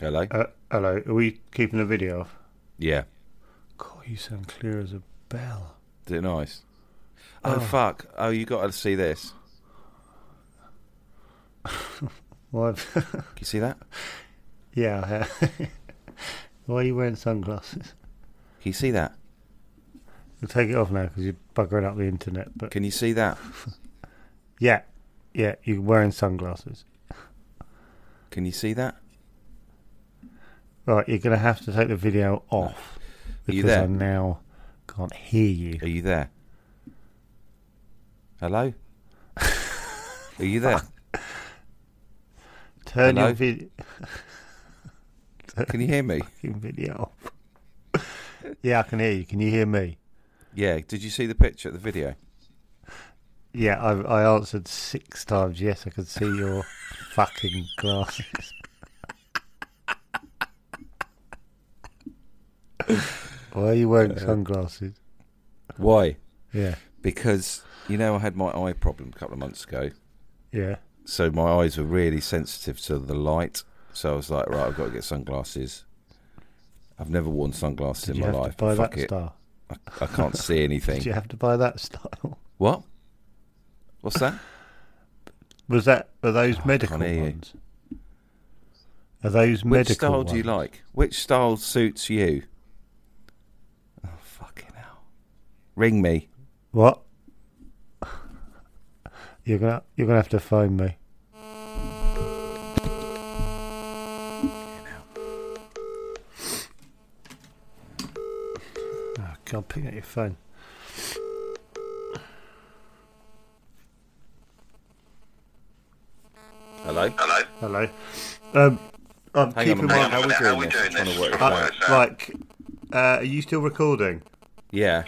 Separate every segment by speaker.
Speaker 1: Hello?
Speaker 2: Uh, hello, are we keeping the video off?
Speaker 3: Yeah.
Speaker 2: God, you sound clear as a bell.
Speaker 3: Is it nice? Oh, fuck. Oh, you got to see this.
Speaker 2: What?
Speaker 3: Can you see that? Can
Speaker 2: yeah. Why are you wearing sunglasses?
Speaker 3: you see that?
Speaker 2: I'll take it off now because you're buggering up the internet. But
Speaker 3: Can you see that?
Speaker 2: yeah, yeah, you're wearing sunglasses.
Speaker 3: Can you see that?
Speaker 2: Right, you're going to have to take the video off
Speaker 3: Are you
Speaker 2: because I
Speaker 3: there?
Speaker 2: now can't hear you.
Speaker 3: Are you there? Hello? Are you there?
Speaker 2: Turn
Speaker 3: Hello?
Speaker 2: your vid-
Speaker 3: Can you hear me?
Speaker 2: your video off. yeah, I can hear you. Can you hear me?
Speaker 3: Yeah. Did you see the picture, the video?
Speaker 2: Yeah, I, I answered six times. Yes, I could see your fucking glasses. Why are you wearing sunglasses?
Speaker 3: Why?
Speaker 2: Yeah,
Speaker 3: Because, you know, I had my eye problem a couple of months ago.
Speaker 2: yeah.
Speaker 3: So my eyes were really sensitive to the light. So I was like, right, I've got to get sunglasses. I've never worn sunglasses
Speaker 2: Did
Speaker 3: in
Speaker 2: you
Speaker 3: my
Speaker 2: have
Speaker 3: life.
Speaker 2: to buy
Speaker 3: Fuck
Speaker 2: that
Speaker 3: it.
Speaker 2: style?
Speaker 3: I, I can't see anything.
Speaker 2: Did you have to buy that style?
Speaker 3: What? What's that?
Speaker 2: Was that are those medical
Speaker 3: Ah, hear you.
Speaker 2: ones? Are those medical
Speaker 3: Which style do you
Speaker 2: ones?
Speaker 3: like? Which style suits you? Oh, fucking hell. Ring me.
Speaker 2: What? You're gonna you're gonna have to phone me. Oh God, pick up your phone.
Speaker 3: Hello?
Speaker 2: Hello. Um,
Speaker 3: Hang on
Speaker 2: I'm
Speaker 3: a
Speaker 2: keeping
Speaker 3: minute.
Speaker 2: my
Speaker 3: How are we doing this? I'm trying to work this
Speaker 2: uh,
Speaker 3: out.
Speaker 2: like. Uh, are you still recording?
Speaker 3: Yeah.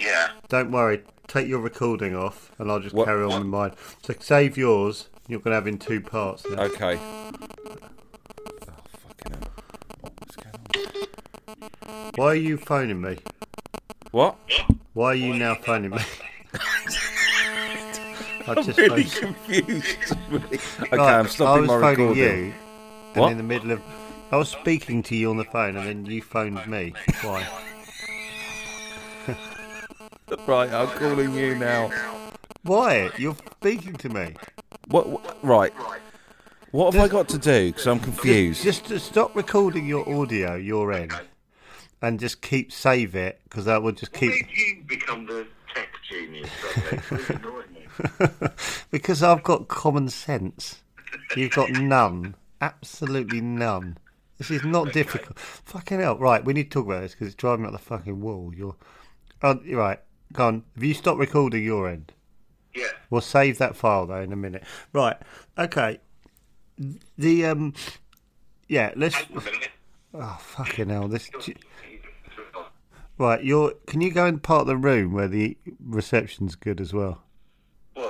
Speaker 2: Don't worry. Take your recording off, and I'll just
Speaker 3: What-
Speaker 2: carry on with mine. So save yours. You're gonna have in two parts. Now.
Speaker 3: Okay. Oh, fucking hell. What's going on?
Speaker 2: Why are you phoning me?
Speaker 3: What?
Speaker 2: Why are you now phoning me? I just
Speaker 3: Really
Speaker 2: phoned-
Speaker 3: confused. okay,
Speaker 2: Right,
Speaker 3: I'm
Speaker 2: I
Speaker 3: stopping
Speaker 2: was
Speaker 3: my
Speaker 2: phoning
Speaker 3: recording.
Speaker 2: you,
Speaker 3: What?
Speaker 2: and in the middle of, I was speaking to you on the phone, and then you phoned me. Why?
Speaker 3: Right, I'm calling you now.
Speaker 2: Why? You're speaking to me.
Speaker 3: What? what right. What have I got to do? Because I'm confused.
Speaker 2: Just to stop recording your audio, your end, and just keep save it because that will just
Speaker 4: What
Speaker 2: keep.
Speaker 4: made you become the tech genius that day? It's really annoying me.
Speaker 2: because I've got common sense. You've got none. Absolutely none. This is not difficult. Fucking hell. Right, we need to talk about this because it's driving me up the fucking wall. You're. Oh, you're right, go on. Have you stopped recording your end?
Speaker 4: Yeah.
Speaker 2: We'll save that file though in a minute. Right. Okay. The um. Yeah. Let's.
Speaker 4: Wait a minute.
Speaker 2: Oh fucking hell! This. Right. You're. Can you go in part of the room where the reception's good as well?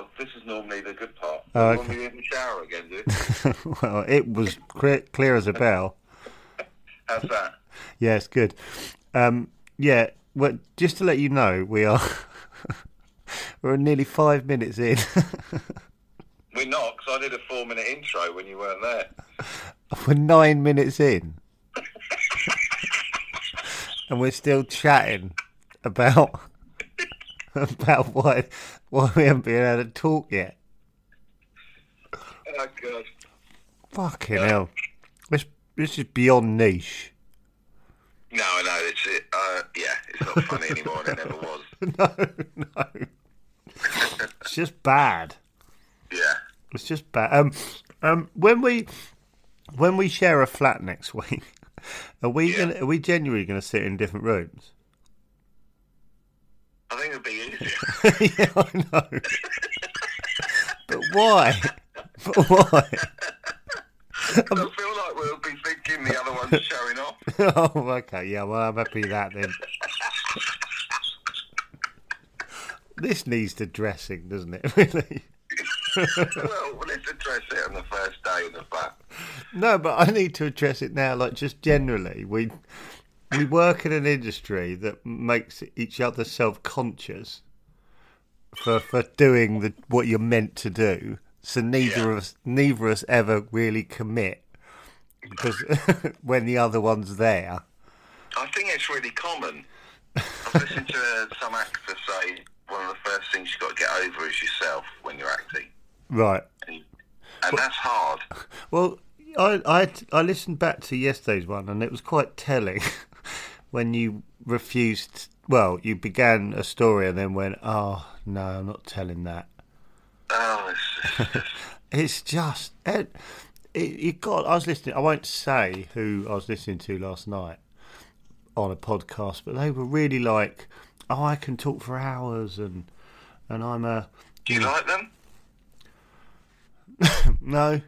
Speaker 4: normally the good part.
Speaker 2: Oh,
Speaker 4: When
Speaker 2: okay.
Speaker 4: we went in the shower again, dude.
Speaker 2: well, it was clear, clear as a bell.
Speaker 4: How's that?
Speaker 2: Yeah, it's good. Um, yeah, well, just to let you know, we are we're nearly five minutes in.
Speaker 4: We're not, 'cause I did a four minute intro when you weren't there.
Speaker 2: we're nine minutes in, and we're still chatting about about why why we haven't been able to talk yet.
Speaker 4: Oh, God.
Speaker 2: Fucking hell, this this is beyond niche.
Speaker 4: No, no, it's it. Uh, yeah, it's not funny anymore, and it never was.
Speaker 2: No, no, it's just bad.
Speaker 4: Yeah.
Speaker 2: It's just bad. Um, um, when we when we share a flat next week, are we
Speaker 4: Yeah.
Speaker 2: gonna, are we genuinely going to sit in different rooms?
Speaker 4: I think it'd be easier.
Speaker 2: yeah, I know. but why? But why?
Speaker 4: I feel like we'll be thinking the other one's showing off.
Speaker 2: oh, okay. Yeah. Well, I'm happy with that then. This needs the dressing, doesn't it? Really?
Speaker 4: well, let's address it on the first day of the flat.
Speaker 2: No, but I need to address it now. Like just generally, we we work in an industry that makes each other self conscious for for doing the what you're meant to do. So neither of us neither of us ever really commit because when the other one's there,
Speaker 4: I think it's really common. I've listened to uh, some actor say one of the first things you've got to get over is yourself when you're acting.
Speaker 2: right?
Speaker 4: And, and that's hard.
Speaker 2: Well, I, I I listened back to yesterday's one, and it was quite telling when you refused. Well, you began a story and then went, "Oh no, I'm not telling that."
Speaker 4: Oh, it's just,
Speaker 2: It's just it, it, you got. I was listening. I won't say who I was listening to last night on a podcast, but they were really like, "Oh, I can talk for hours," and and I'm a
Speaker 4: do you like them?
Speaker 2: no.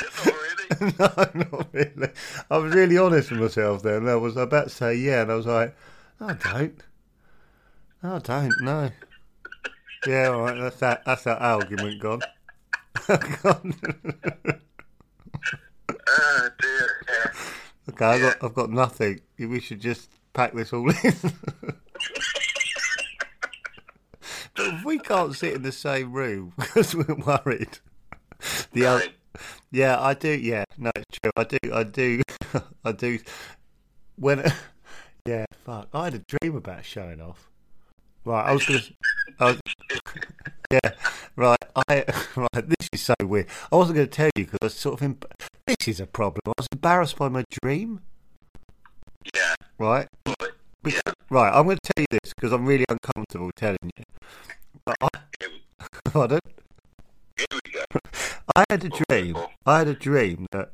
Speaker 4: Not really.
Speaker 2: no, not really. I was really honest with myself then. and I was about to say yeah, and I was like, I don't. I don't know. Yeah, all right, that's that. That's that argument gone. gone.
Speaker 4: oh, dear. Yeah.
Speaker 2: okay, I've got, I've got nothing. We should just pack this all in. but if we can't sit in the same room because we're worried, the other, Yeah, I do. Yeah, no, it's true. I do. I do. I do. When, yeah, fuck. I had a dream about showing off. Right, I was gonna. I was, yeah, right. I right. This is so weird. I wasn't going to tell you because I was sort of. Em- this is a problem. I was embarrassed by my dream.
Speaker 4: Yeah.
Speaker 2: Right. Bec- Right. I'm going to tell you this because I'm really uncomfortable telling you. But I,
Speaker 4: Here we,
Speaker 2: pardon.
Speaker 4: here we go.
Speaker 2: I had a dream. I had a dream that.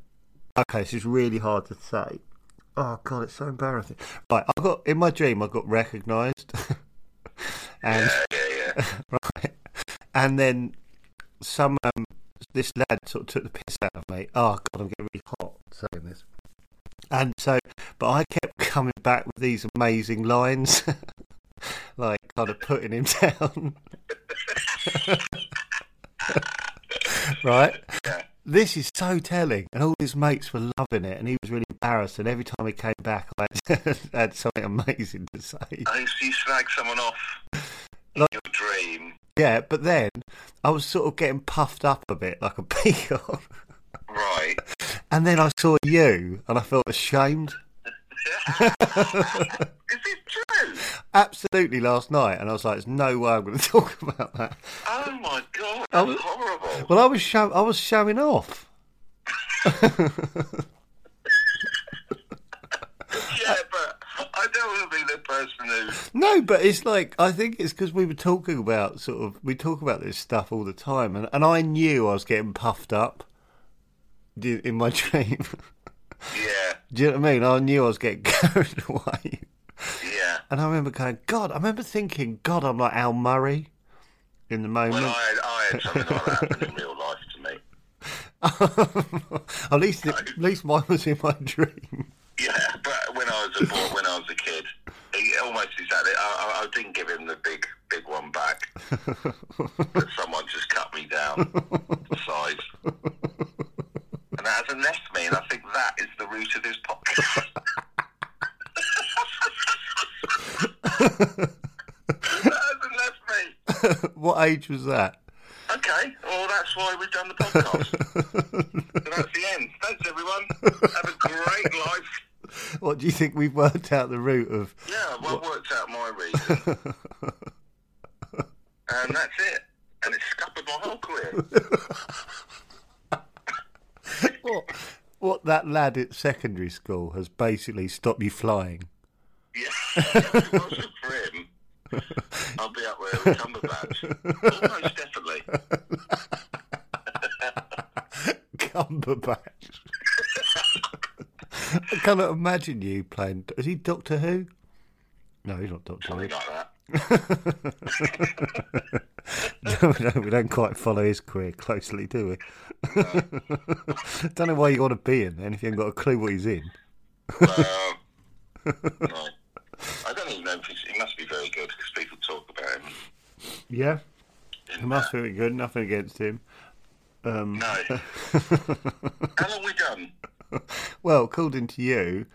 Speaker 2: Okay, this is really hard to say. Oh god, it's so embarrassing. Right, I got in my dream. I got recognised, and
Speaker 4: Yeah, yeah, yeah.
Speaker 2: right, and then some. Um, this lad sort of took the piss out of me. Oh god, I'm getting really hot saying this. And so, but I kept coming back with these amazing lines, like kind of putting him down. right? This is so telling. And all his mates were loving it, and he was really embarrassed. And every time he came back, I had, had something amazing to say.
Speaker 4: I used to slag someone off in
Speaker 2: Like-
Speaker 4: your dream.
Speaker 2: Yeah, but then I was sort of getting puffed up a bit like a peacock.
Speaker 4: Right.
Speaker 2: And then I saw you, and I felt ashamed.
Speaker 4: Is this true?
Speaker 2: Absolutely last night, and I was like, "There's no way I'm going to talk about that."
Speaker 4: Oh, my God.
Speaker 2: I
Speaker 4: That's
Speaker 2: was-
Speaker 4: horrible.
Speaker 2: Well, I was show- I was showing off.
Speaker 4: yeah, but I don't want to be the person who
Speaker 2: No, but it's like I think it's because we were talking about sort of we talk about this stuff all the time, and, and I knew I was getting puffed up d- in my dream.
Speaker 4: Yeah,
Speaker 2: Do you know what I mean? I knew I was getting carried away,
Speaker 4: yeah.
Speaker 2: and I remember going, "God!" I remember thinking, "God, I'm like Al Murray in the
Speaker 4: Well,
Speaker 2: moment."
Speaker 4: I had, I had something like that happen in real life to me.
Speaker 2: at least, at least mine was in my dream.
Speaker 4: Yeah, but bought when I was a kid. He almost exactly. I, I, I didn't give him the big big one back. but someone just cut me down to size, and that hasn't left me. And I think that is the root of this podcast. that hasn't left me.
Speaker 2: What age was that?
Speaker 4: Okay, well that's why we've done the podcast. so that's the end. Thanks everyone. Have a great life.
Speaker 2: What do you think we've worked out the root of?
Speaker 4: Yeah, well, I've worked out my reason. and that's it. And it's scuppered my whole career.
Speaker 2: What, what that lad at secondary school has basically stopped you flying.
Speaker 4: Yeah. if it wasn't for him, I'll be up there with Cumberbatch. Almost definitely.
Speaker 2: Cumberbatch. I cannot imagine you playing. Is he Doctor Who? No, he's not Doctor Who.
Speaker 4: Something like that.
Speaker 2: No, no, we don't quite follow his career closely, do we? don't know why you want to be in then if you haven't got a clue what he's in.
Speaker 4: Um, no. I don't even know if he's, he must be very good because people talk about him.
Speaker 2: Yeah,
Speaker 4: in
Speaker 2: he must be good. Nothing against him.
Speaker 4: that. No. How long we done?
Speaker 2: Well, according to you,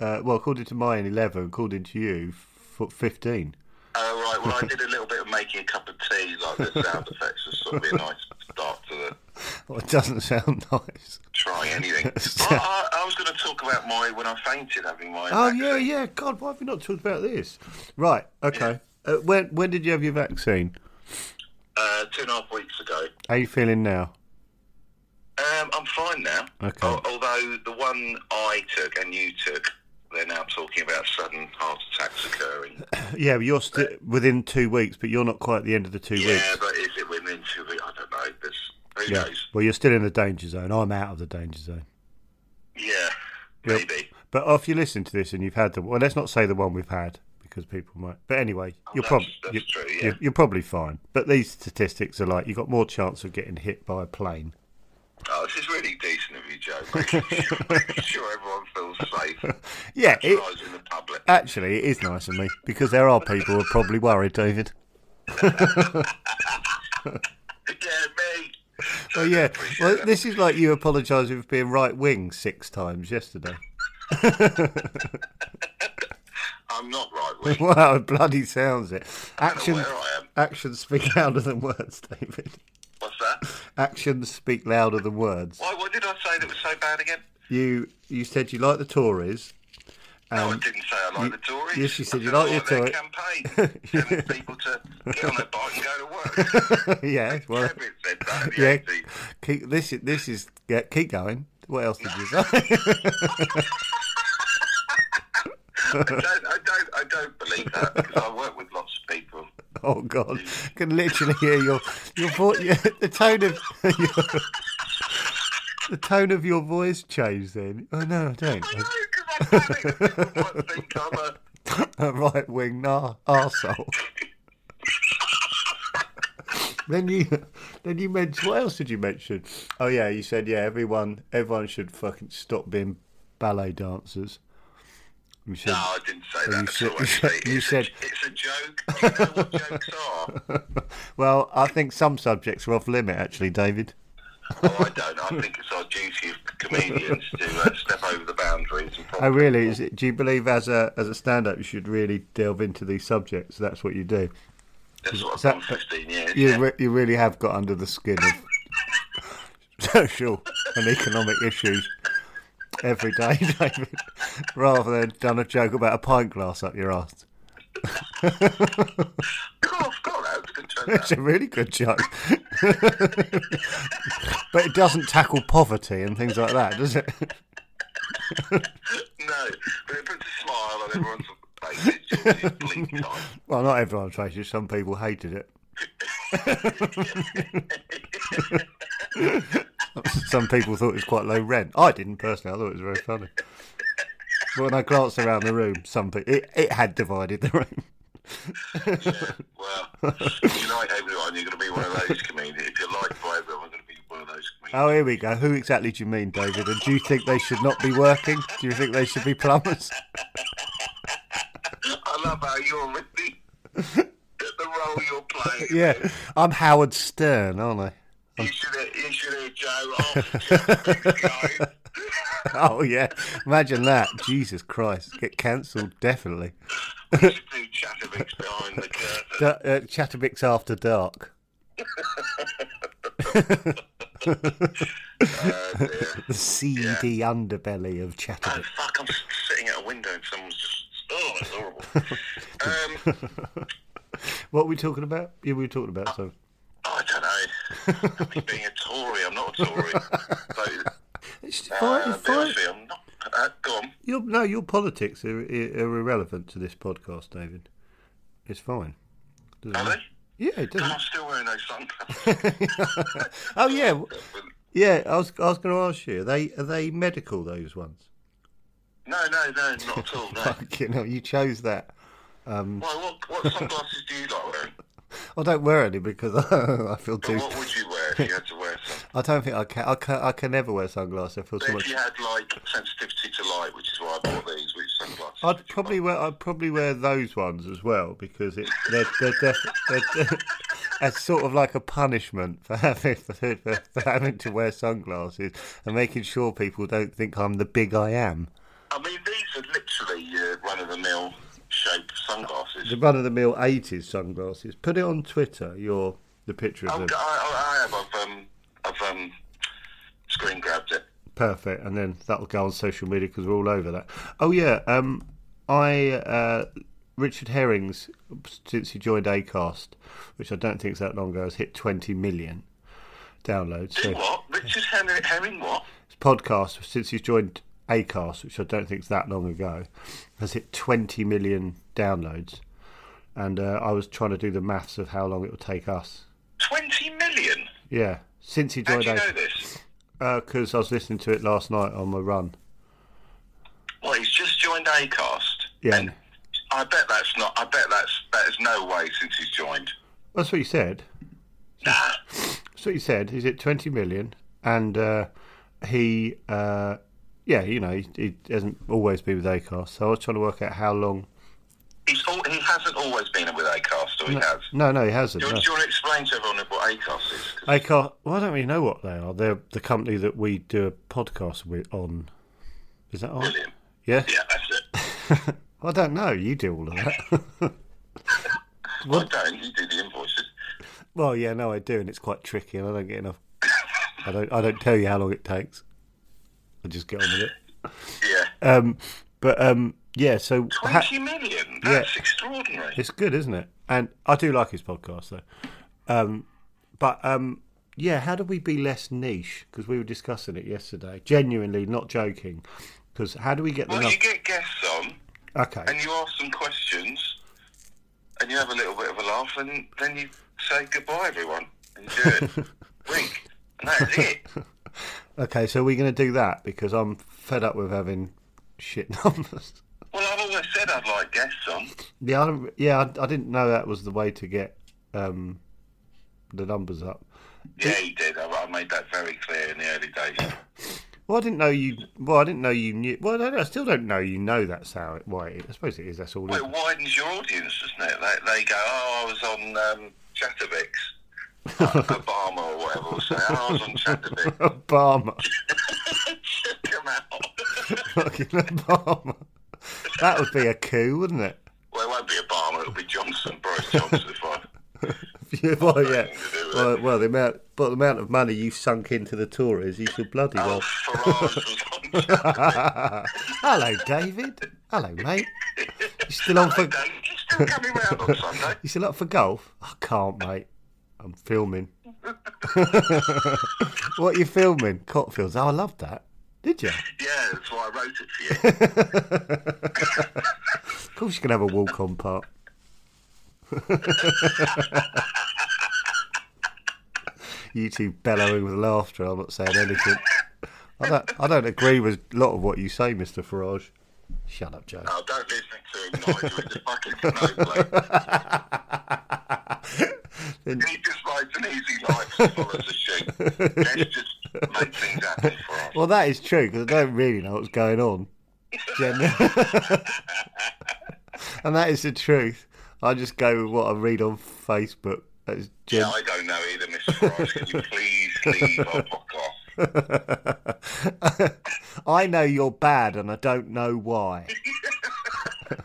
Speaker 2: uh, well, according to mine, eleven. According to you, f- fifteen.
Speaker 4: Oh, right. Well, I did a little bit of making a cup of tea, like the sound effects was sort of a nice start to the
Speaker 2: Well, it doesn't sound nice.
Speaker 4: try anything. I, I, I was going to talk about my when I fainted having my.
Speaker 2: Oh
Speaker 4: vaccine.
Speaker 2: yeah, yeah. God, why have we not talked about this? Right. Okay. Uh, when when did you have your vaccine?
Speaker 4: Uh, two and a half weeks ago.
Speaker 2: How you feeling now?
Speaker 4: Um, I'm fine now.
Speaker 2: Okay.
Speaker 4: Al- although the one I took and you took, they're now talking about sudden heart attacks occurring.
Speaker 2: Yeah, but you're still within two weeks, but you're not quite at the end of the two
Speaker 4: yeah,
Speaker 2: weeks.
Speaker 4: but is it within two weeks? I don't know. There's, who knows?
Speaker 2: Well, you're still in the danger zone. I'm out of the danger zone.
Speaker 4: Yeah,
Speaker 2: Yep.
Speaker 4: maybe.
Speaker 2: But if you listen to this and you've had the well, let's not say the one we've had because people might. But anyway, you're
Speaker 4: Oh, that's-
Speaker 2: probably
Speaker 4: that's
Speaker 2: you're,
Speaker 4: true, yeah.
Speaker 2: you're, you're probably fine. But these statistics are like you've got more chance of getting hit by a plane.
Speaker 4: Oh, this is really decent of you, Joe. Making sure, making sure everyone feels safe.
Speaker 2: Yeah, it, uh,
Speaker 4: Exercise in the public.
Speaker 2: actually, it is nice of me because there are people who are probably worried, David.
Speaker 4: yeah, me.
Speaker 2: Well, yeah.
Speaker 4: Appreciate
Speaker 2: Well,
Speaker 4: that.
Speaker 2: this is like you apologising for being right wing six times yesterday.
Speaker 4: I'm not right wing.
Speaker 2: Wow, it bloody sounds it. Action,
Speaker 4: where I am.
Speaker 2: actions speak louder than words, David.
Speaker 4: What's that?
Speaker 2: Actions speak louder than words.
Speaker 4: Why? What did I say that was so bad again?
Speaker 2: You you said you like the Tories.
Speaker 4: No, I didn't say I like
Speaker 2: Um, you-
Speaker 4: the Tories.
Speaker 2: yes, you said
Speaker 4: I
Speaker 2: you
Speaker 4: I
Speaker 2: like your
Speaker 4: their campaign, telling people to get on their bike and go to work.
Speaker 2: yeah, well,
Speaker 4: Everett said that in the
Speaker 2: yeah.
Speaker 4: 80s.
Speaker 2: Keep this. is- This is yeah, keep going. What else did you say?
Speaker 4: I don't, I don't, I don't believe that because I work with lots of people.
Speaker 2: oh God, I can literally hear your your voice. Yeah, the tone of your, the tone of your voice changed. Then oh no, I don't.
Speaker 4: I know because I panic. that People might think I'm a.
Speaker 2: a right wing nar- arsehole. then you then you mentioned what else did you mention? Oh yeah, you said yeah, everyone everyone should fucking stop being ballet dancers. You said,
Speaker 4: No, I didn't say
Speaker 2: you
Speaker 4: that. at
Speaker 2: said-
Speaker 4: all, actually.
Speaker 2: you
Speaker 4: it's
Speaker 2: said-
Speaker 4: a, it's a joke. Do you know what jokes are?
Speaker 2: Well, I think some subjects are off limit actually, David.
Speaker 4: Oh, I don't. I think it's our duty of comedians to uh, step over the boundaries. And
Speaker 2: I
Speaker 4: probably
Speaker 2: Oh, really is it, do you believe as a as a stand up you should really delve into these subjects? That's what you do.
Speaker 4: that's what I've
Speaker 2: that-
Speaker 4: done for 15 years.
Speaker 2: You
Speaker 4: yeah.
Speaker 2: re- you really have got under the skin of social and economic issues every day, David, rather than done a joke about a pint glass up your ass.
Speaker 4: Oh, I've got that. It's a good joke. that.
Speaker 2: It's a really good joke, but it doesn't tackle poverty and things like that, does it?
Speaker 4: No, but it puts a smile on everyone's face. It's just it's bleak time.
Speaker 2: Well, not everyone's racist. Some people hated it. Some people thought it was quite low rent. I didn't personally. I thought it was very funny. But when I glanced around the room, some people it, it had divided the room.
Speaker 4: Well, if you like everyone, you're going to be one of those comedians. If you're liked by everyone, you're going to be one of those comedians.
Speaker 2: Oh, here we go. Who exactly do you mean, David? And do you think they should not be working? Do you think they should be plumbers?
Speaker 4: love how you're really the role you're playing.
Speaker 2: Yeah, I'm Howard Stern, aren't I?
Speaker 4: You should have, you should have drove off. guys.
Speaker 2: Oh yeah, imagine that. Jesus Christ, get cancelled definitely.
Speaker 4: You should do Chatterbox behind the curtain.
Speaker 2: Da- uh, Chatterbox after dark.
Speaker 4: Oh, Uh, yeah.
Speaker 2: The seedy underbelly of
Speaker 4: Oh,
Speaker 2: Chatterbox.
Speaker 4: fuck, I'm sitting at a window and someone's just. Oh, that's horrible. um,
Speaker 2: What were we talking about? Yeah, we were talking about something.
Speaker 4: oh, I don't know. Me being a Tory, I'm not a Tory. So,
Speaker 2: It's
Speaker 4: uh,
Speaker 2: fine, it's fine.
Speaker 4: obviously I'm not. Uh, go on.
Speaker 2: Your, no, your politics are, are irrelevant to this podcast, David. It's fine. Doesn't
Speaker 4: Are
Speaker 2: matter.
Speaker 4: they?
Speaker 2: Yeah, it
Speaker 4: I'm
Speaker 2: doesn't.
Speaker 4: still wearing those sunglasses.
Speaker 2: Oh yeah, yeah. I was I was going to ask you. Are they are they medical those ones?
Speaker 4: No, no, no, not at all. No.
Speaker 2: Fucking hell, you chose that.
Speaker 4: Why, what, what sunglasses do you like wearing?
Speaker 2: I don't wear any because I feel
Speaker 4: And
Speaker 2: too.
Speaker 4: what would you wear if you had to wear some?
Speaker 2: I don't think I can. I can, I can never wear sunglasses. I feel
Speaker 4: But
Speaker 2: so
Speaker 4: if
Speaker 2: much.
Speaker 4: you had like sensitivity to light, which is why I bought these, which sunglasses? would
Speaker 2: I'd
Speaker 4: you
Speaker 2: probably wear. I'd probably wear those ones as well because it they're they're, def- they're, de- that's sort of like a punishment for having for, for having to wear sunglasses and making sure people don't think I'm the big I am.
Speaker 4: I mean, these are literally uh, run-of-the-mill shaped sunglasses.
Speaker 2: The run of the mill '80s sunglasses. Put it on Twitter. Your the picture of
Speaker 4: I've
Speaker 2: them.
Speaker 4: got, Oh, I, I have. I've um, I've um, screen grabbed it.
Speaker 2: Perfect, and then that'll go on social media because we're all over that. Oh yeah, um, I uh, Richard Herrings since he joined Acast, which I don't think is that long ago, has hit twenty million downloads.
Speaker 4: Do
Speaker 2: So
Speaker 4: what? Richard Herring, Herring what?
Speaker 2: his podcast since he's joined Acast, which I don't think is that long ago, has hit twenty million downloads. And uh, I was trying to do the maths of how long it would take us.
Speaker 4: Twenty million.
Speaker 2: Yeah, since he
Speaker 4: How
Speaker 2: joined
Speaker 4: do you know
Speaker 2: Acast,
Speaker 4: this?
Speaker 2: because I was listening to it last night on my run.
Speaker 4: Well, he's just joined Acast.
Speaker 2: Yeah.
Speaker 4: And I bet that's not. I bet that's that is no way since he's joined.
Speaker 2: That's what you said. That's what you said. He's at 20 million, and uh, he, uh, yeah, you know, he, he hasn't always been with ACARS. So I was trying to work out how long.
Speaker 4: He's all, he hasn't always been with Acast, or he has.
Speaker 2: No, no, he hasn't.
Speaker 4: Do you,
Speaker 2: No.
Speaker 4: do you want to explain to everyone what Acast is? 'Cause
Speaker 2: ACARS, well, I don't really know what they are. They're the company that we do a podcast with on. Is that on?
Speaker 4: Brilliant.
Speaker 2: Yeah?
Speaker 4: Yeah, that's it.
Speaker 2: I don't know. You do all of that.
Speaker 4: I don't. He do the invoices.
Speaker 2: well, yeah, no, I do, and it's quite tricky, and I don't get enough. I don't. I don't tell you how long it takes. I just get on with it.
Speaker 4: Yeah.
Speaker 2: Um, but um, yeah, so ha-
Speaker 4: Twenty million. That's extraordinary.
Speaker 2: It's good, isn't it? And I do like his podcast though. Um, but um, yeah, how do we be less niche? Because we were discussing it yesterday. Genuinely, not joking. Because how do we get the
Speaker 4: Well,
Speaker 2: num-
Speaker 4: you get guests on,
Speaker 2: Okay.
Speaker 4: and you ask some questions, and you have a little bit of a laugh, and then you say goodbye, everyone, and do it. Wink. And that is it.
Speaker 2: Okay, so we're going to do that because I'm fed up with having shit numbers.
Speaker 4: Well, I've always said I'd like guests on.
Speaker 2: Yeah, I don't, yeah, I, I didn't know that was the way to get um, the numbers up.
Speaker 4: Yeah, you did. I, I made that very clear in the early days.
Speaker 2: Well, I didn't know you. Well, I didn't know you knew. Well, I, don't- I still don't know you know that's how it. Why? it- I suppose it is. That's all.
Speaker 4: Well,
Speaker 2: isn't
Speaker 4: it
Speaker 2: it?
Speaker 4: widens your audience, doesn't it? They, they go, oh, I was on um, Chatterbox. Like Obama or whatever will say, oh, I was on Chatterbox.
Speaker 2: Obama.
Speaker 4: Check 'em out.
Speaker 2: fucking Obama. That would be a coup, wouldn't it?
Speaker 4: well, it won't be Obama, it'll be Johnson, Boris Johnson. If I...
Speaker 2: Yeah, well, yeah. Well, well, the amount, but the amount of money you've sunk into the Tories, you should bloody
Speaker 4: Oh,
Speaker 2: well.
Speaker 4: Farage was on Chatterbox.
Speaker 2: Hello, David. Hello, mate. You still on for?
Speaker 4: Dave, you still coming round on Sunday?
Speaker 2: You still up for golf? I can't, mate. I'm filming. what are you filming? Cotfields. Oh, I loved that. Did you? Of
Speaker 4: Yeah, that's why I wrote it for you.
Speaker 2: course, you can have a walk on part. you two bellowing with laughter. I'm not saying anything. I don't. I don't agree with a lot of what you say, Mister Farage. Shut up, Joe.
Speaker 4: Oh, don't listen to him, Nigel. He's a fucking snowflake.
Speaker 2: Then-
Speaker 4: He just rides an easy life as well as a sheep. Let's just make things happen for us.
Speaker 2: Well, that is true because I don't really know what's going on. Gen- and that is the truth. I just go with what I read on Facebook. That's gen-
Speaker 4: Yeah, I don't know either, Mr. Rice. Can you please leave our podcast?
Speaker 2: I know you're bad, and I don't know why.
Speaker 4: I'm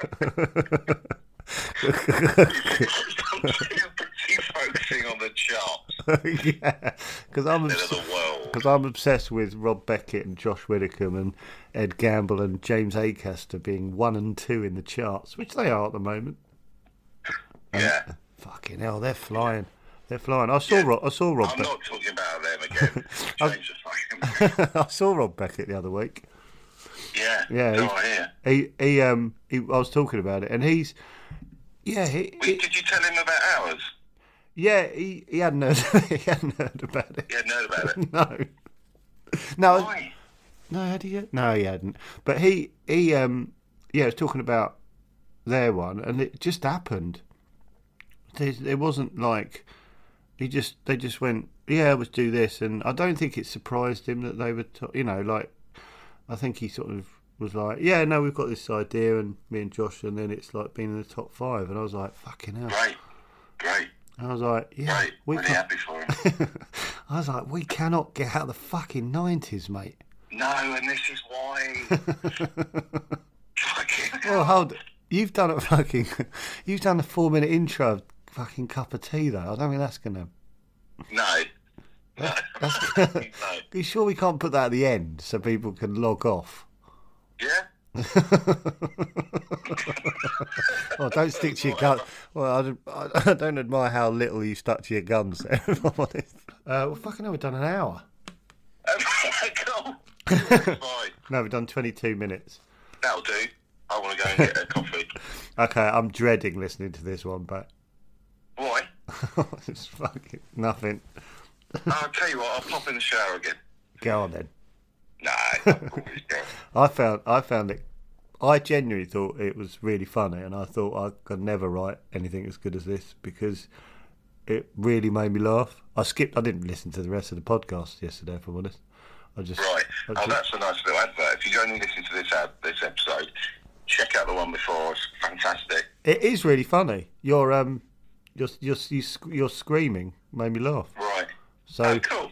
Speaker 4: too busy focusing on the charts
Speaker 2: yeah, because I'm
Speaker 4: of
Speaker 2: obs-
Speaker 4: the world.
Speaker 2: because I'm obsessed with Rob Beckett and Josh Widdicombe and Ed Gamble and James Acaster being one and two in the charts, which they are at the moment.
Speaker 4: Yeah.
Speaker 2: Fucking hell, they're flying. They're flying. I saw Rob. I saw Rob.
Speaker 4: I'm not talking about them again.
Speaker 2: Uh,
Speaker 4: Change the fucking.
Speaker 2: Be- I saw Rob Beckett the other week.
Speaker 4: Yeah.
Speaker 2: Yeah,
Speaker 4: No,
Speaker 2: he-
Speaker 4: I hear.
Speaker 2: He he um he, I was talking about it, and he's yeah he,
Speaker 4: Wait, Did you tell him about ours?
Speaker 2: yeah he, he hadn't heard he hadn't heard about it.
Speaker 4: He hadn't heard about it.
Speaker 2: No, no,
Speaker 4: Why?
Speaker 2: no, had he? No, he hadn't. But he he um yeah was talking about their one, and it just happened. There's- It wasn't like he just they just went yeah let's do this, and I don't think it surprised him that they were to- you know like I think he sort of was like yeah no we've got this idea and me and Josh and then it's like being in the top five and I was like fucking hell
Speaker 4: Great. Great.
Speaker 2: and I was like yeah
Speaker 4: Great.
Speaker 2: we
Speaker 4: Really
Speaker 2: can't-
Speaker 4: happy for him.
Speaker 2: I was like we cannot get out of the fucking nineties mate
Speaker 4: no, and this is why. Fucking.
Speaker 2: Well, Oh, hold. You've done a fucking. You've done a four-minute intro of fucking cup of tea, though. I don't think that's gonna.
Speaker 4: No. No. no.
Speaker 2: Are you sure we can't put that at the end so people can log off?
Speaker 4: Yeah?
Speaker 2: Oh, don't stick to your gun. Well, I don't, I don't admire how little you stuck to your guns. There, if I'm honest. Uh, well, fucking hell, we've done an hour.
Speaker 4: Cool. Fine.
Speaker 2: No, we've done 22 minutes.
Speaker 4: That'll do. I want to go and get a coffee.
Speaker 2: Okay, I'm dreading listening to this one, but
Speaker 4: Why? Oh,
Speaker 2: it's fucking nothing.
Speaker 4: I'll tell you what, I'll pop in the shower again.
Speaker 2: Go on then.
Speaker 4: Nah, I'm always going.
Speaker 2: I found I found it. I genuinely thought it was really funny, and I thought I could never write anything as good as this because it really made me laugh. I skipped. I didn't listen to the rest of the podcast yesterday, if I'm honest. I just
Speaker 4: Right.
Speaker 2: I
Speaker 4: Oh,
Speaker 2: just-
Speaker 4: that's a nice little advert. If you go and listen to this ad, this episode, check out the one before. It's fantastic.
Speaker 2: it is really funny. Your um, your your you sc- your screaming made me laugh.
Speaker 4: Right.
Speaker 2: So.
Speaker 4: oh, cool.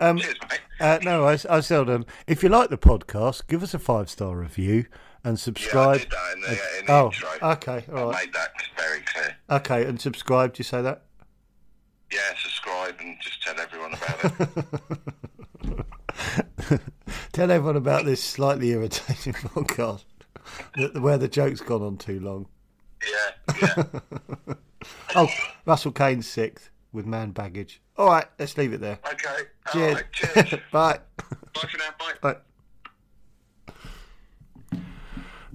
Speaker 4: Cheers, mate.
Speaker 2: Uh, no, I, I seldom. If you like the podcast, give us a five star review and
Speaker 4: yeah, I
Speaker 2: subscribe.
Speaker 4: did that in the, in the
Speaker 2: oh,
Speaker 4: intro.
Speaker 2: okay, all
Speaker 4: I
Speaker 2: right,
Speaker 4: made that very clear.
Speaker 2: okay, and subscribe. Do you say that?
Speaker 4: Yeah, subscribe and just tell everyone about it.
Speaker 2: Tell everyone about this slightly irritating podcast that- where the joke's gone on too long.
Speaker 4: yeah, yeah.
Speaker 2: Oh, Russell Kane's sixth with man baggage. All right, let's leave it there.
Speaker 4: Okay. All
Speaker 2: Cheers.
Speaker 4: right, cheers.
Speaker 2: Bye.
Speaker 4: Bye for now. Bye.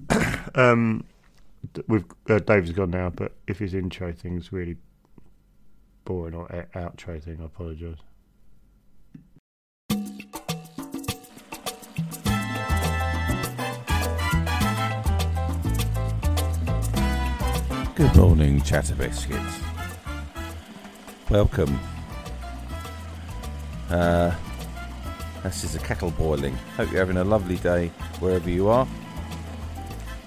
Speaker 2: Bye. um, d- we've uh, Dave's gone now, but if his intro thing's really boring or o- outro thing, I apologise.
Speaker 3: Good morning, Chatter Biscuits. Welcome. Uh, this is a kettle boiling. Hope you're having a lovely day wherever you are.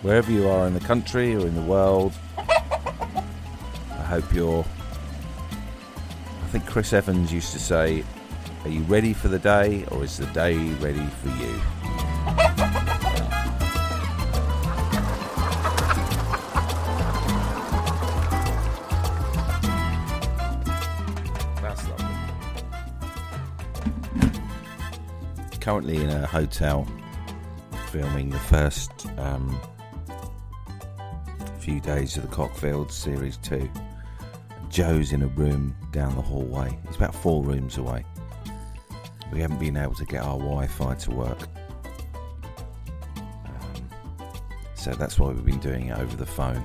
Speaker 3: Wherever you are in the country or in the world. I hope you're. I think Chris Evans used to say, Are you ready for the day or is the day ready for you? That's lovely. Currently in a hotel, filming the first um, few days of the Cockfield Series 2. Joe's in a room down the hallway. He's about four rooms away. We haven't been able to get our Wi Fi to work. Um, so that's why we've been doing it over the phone.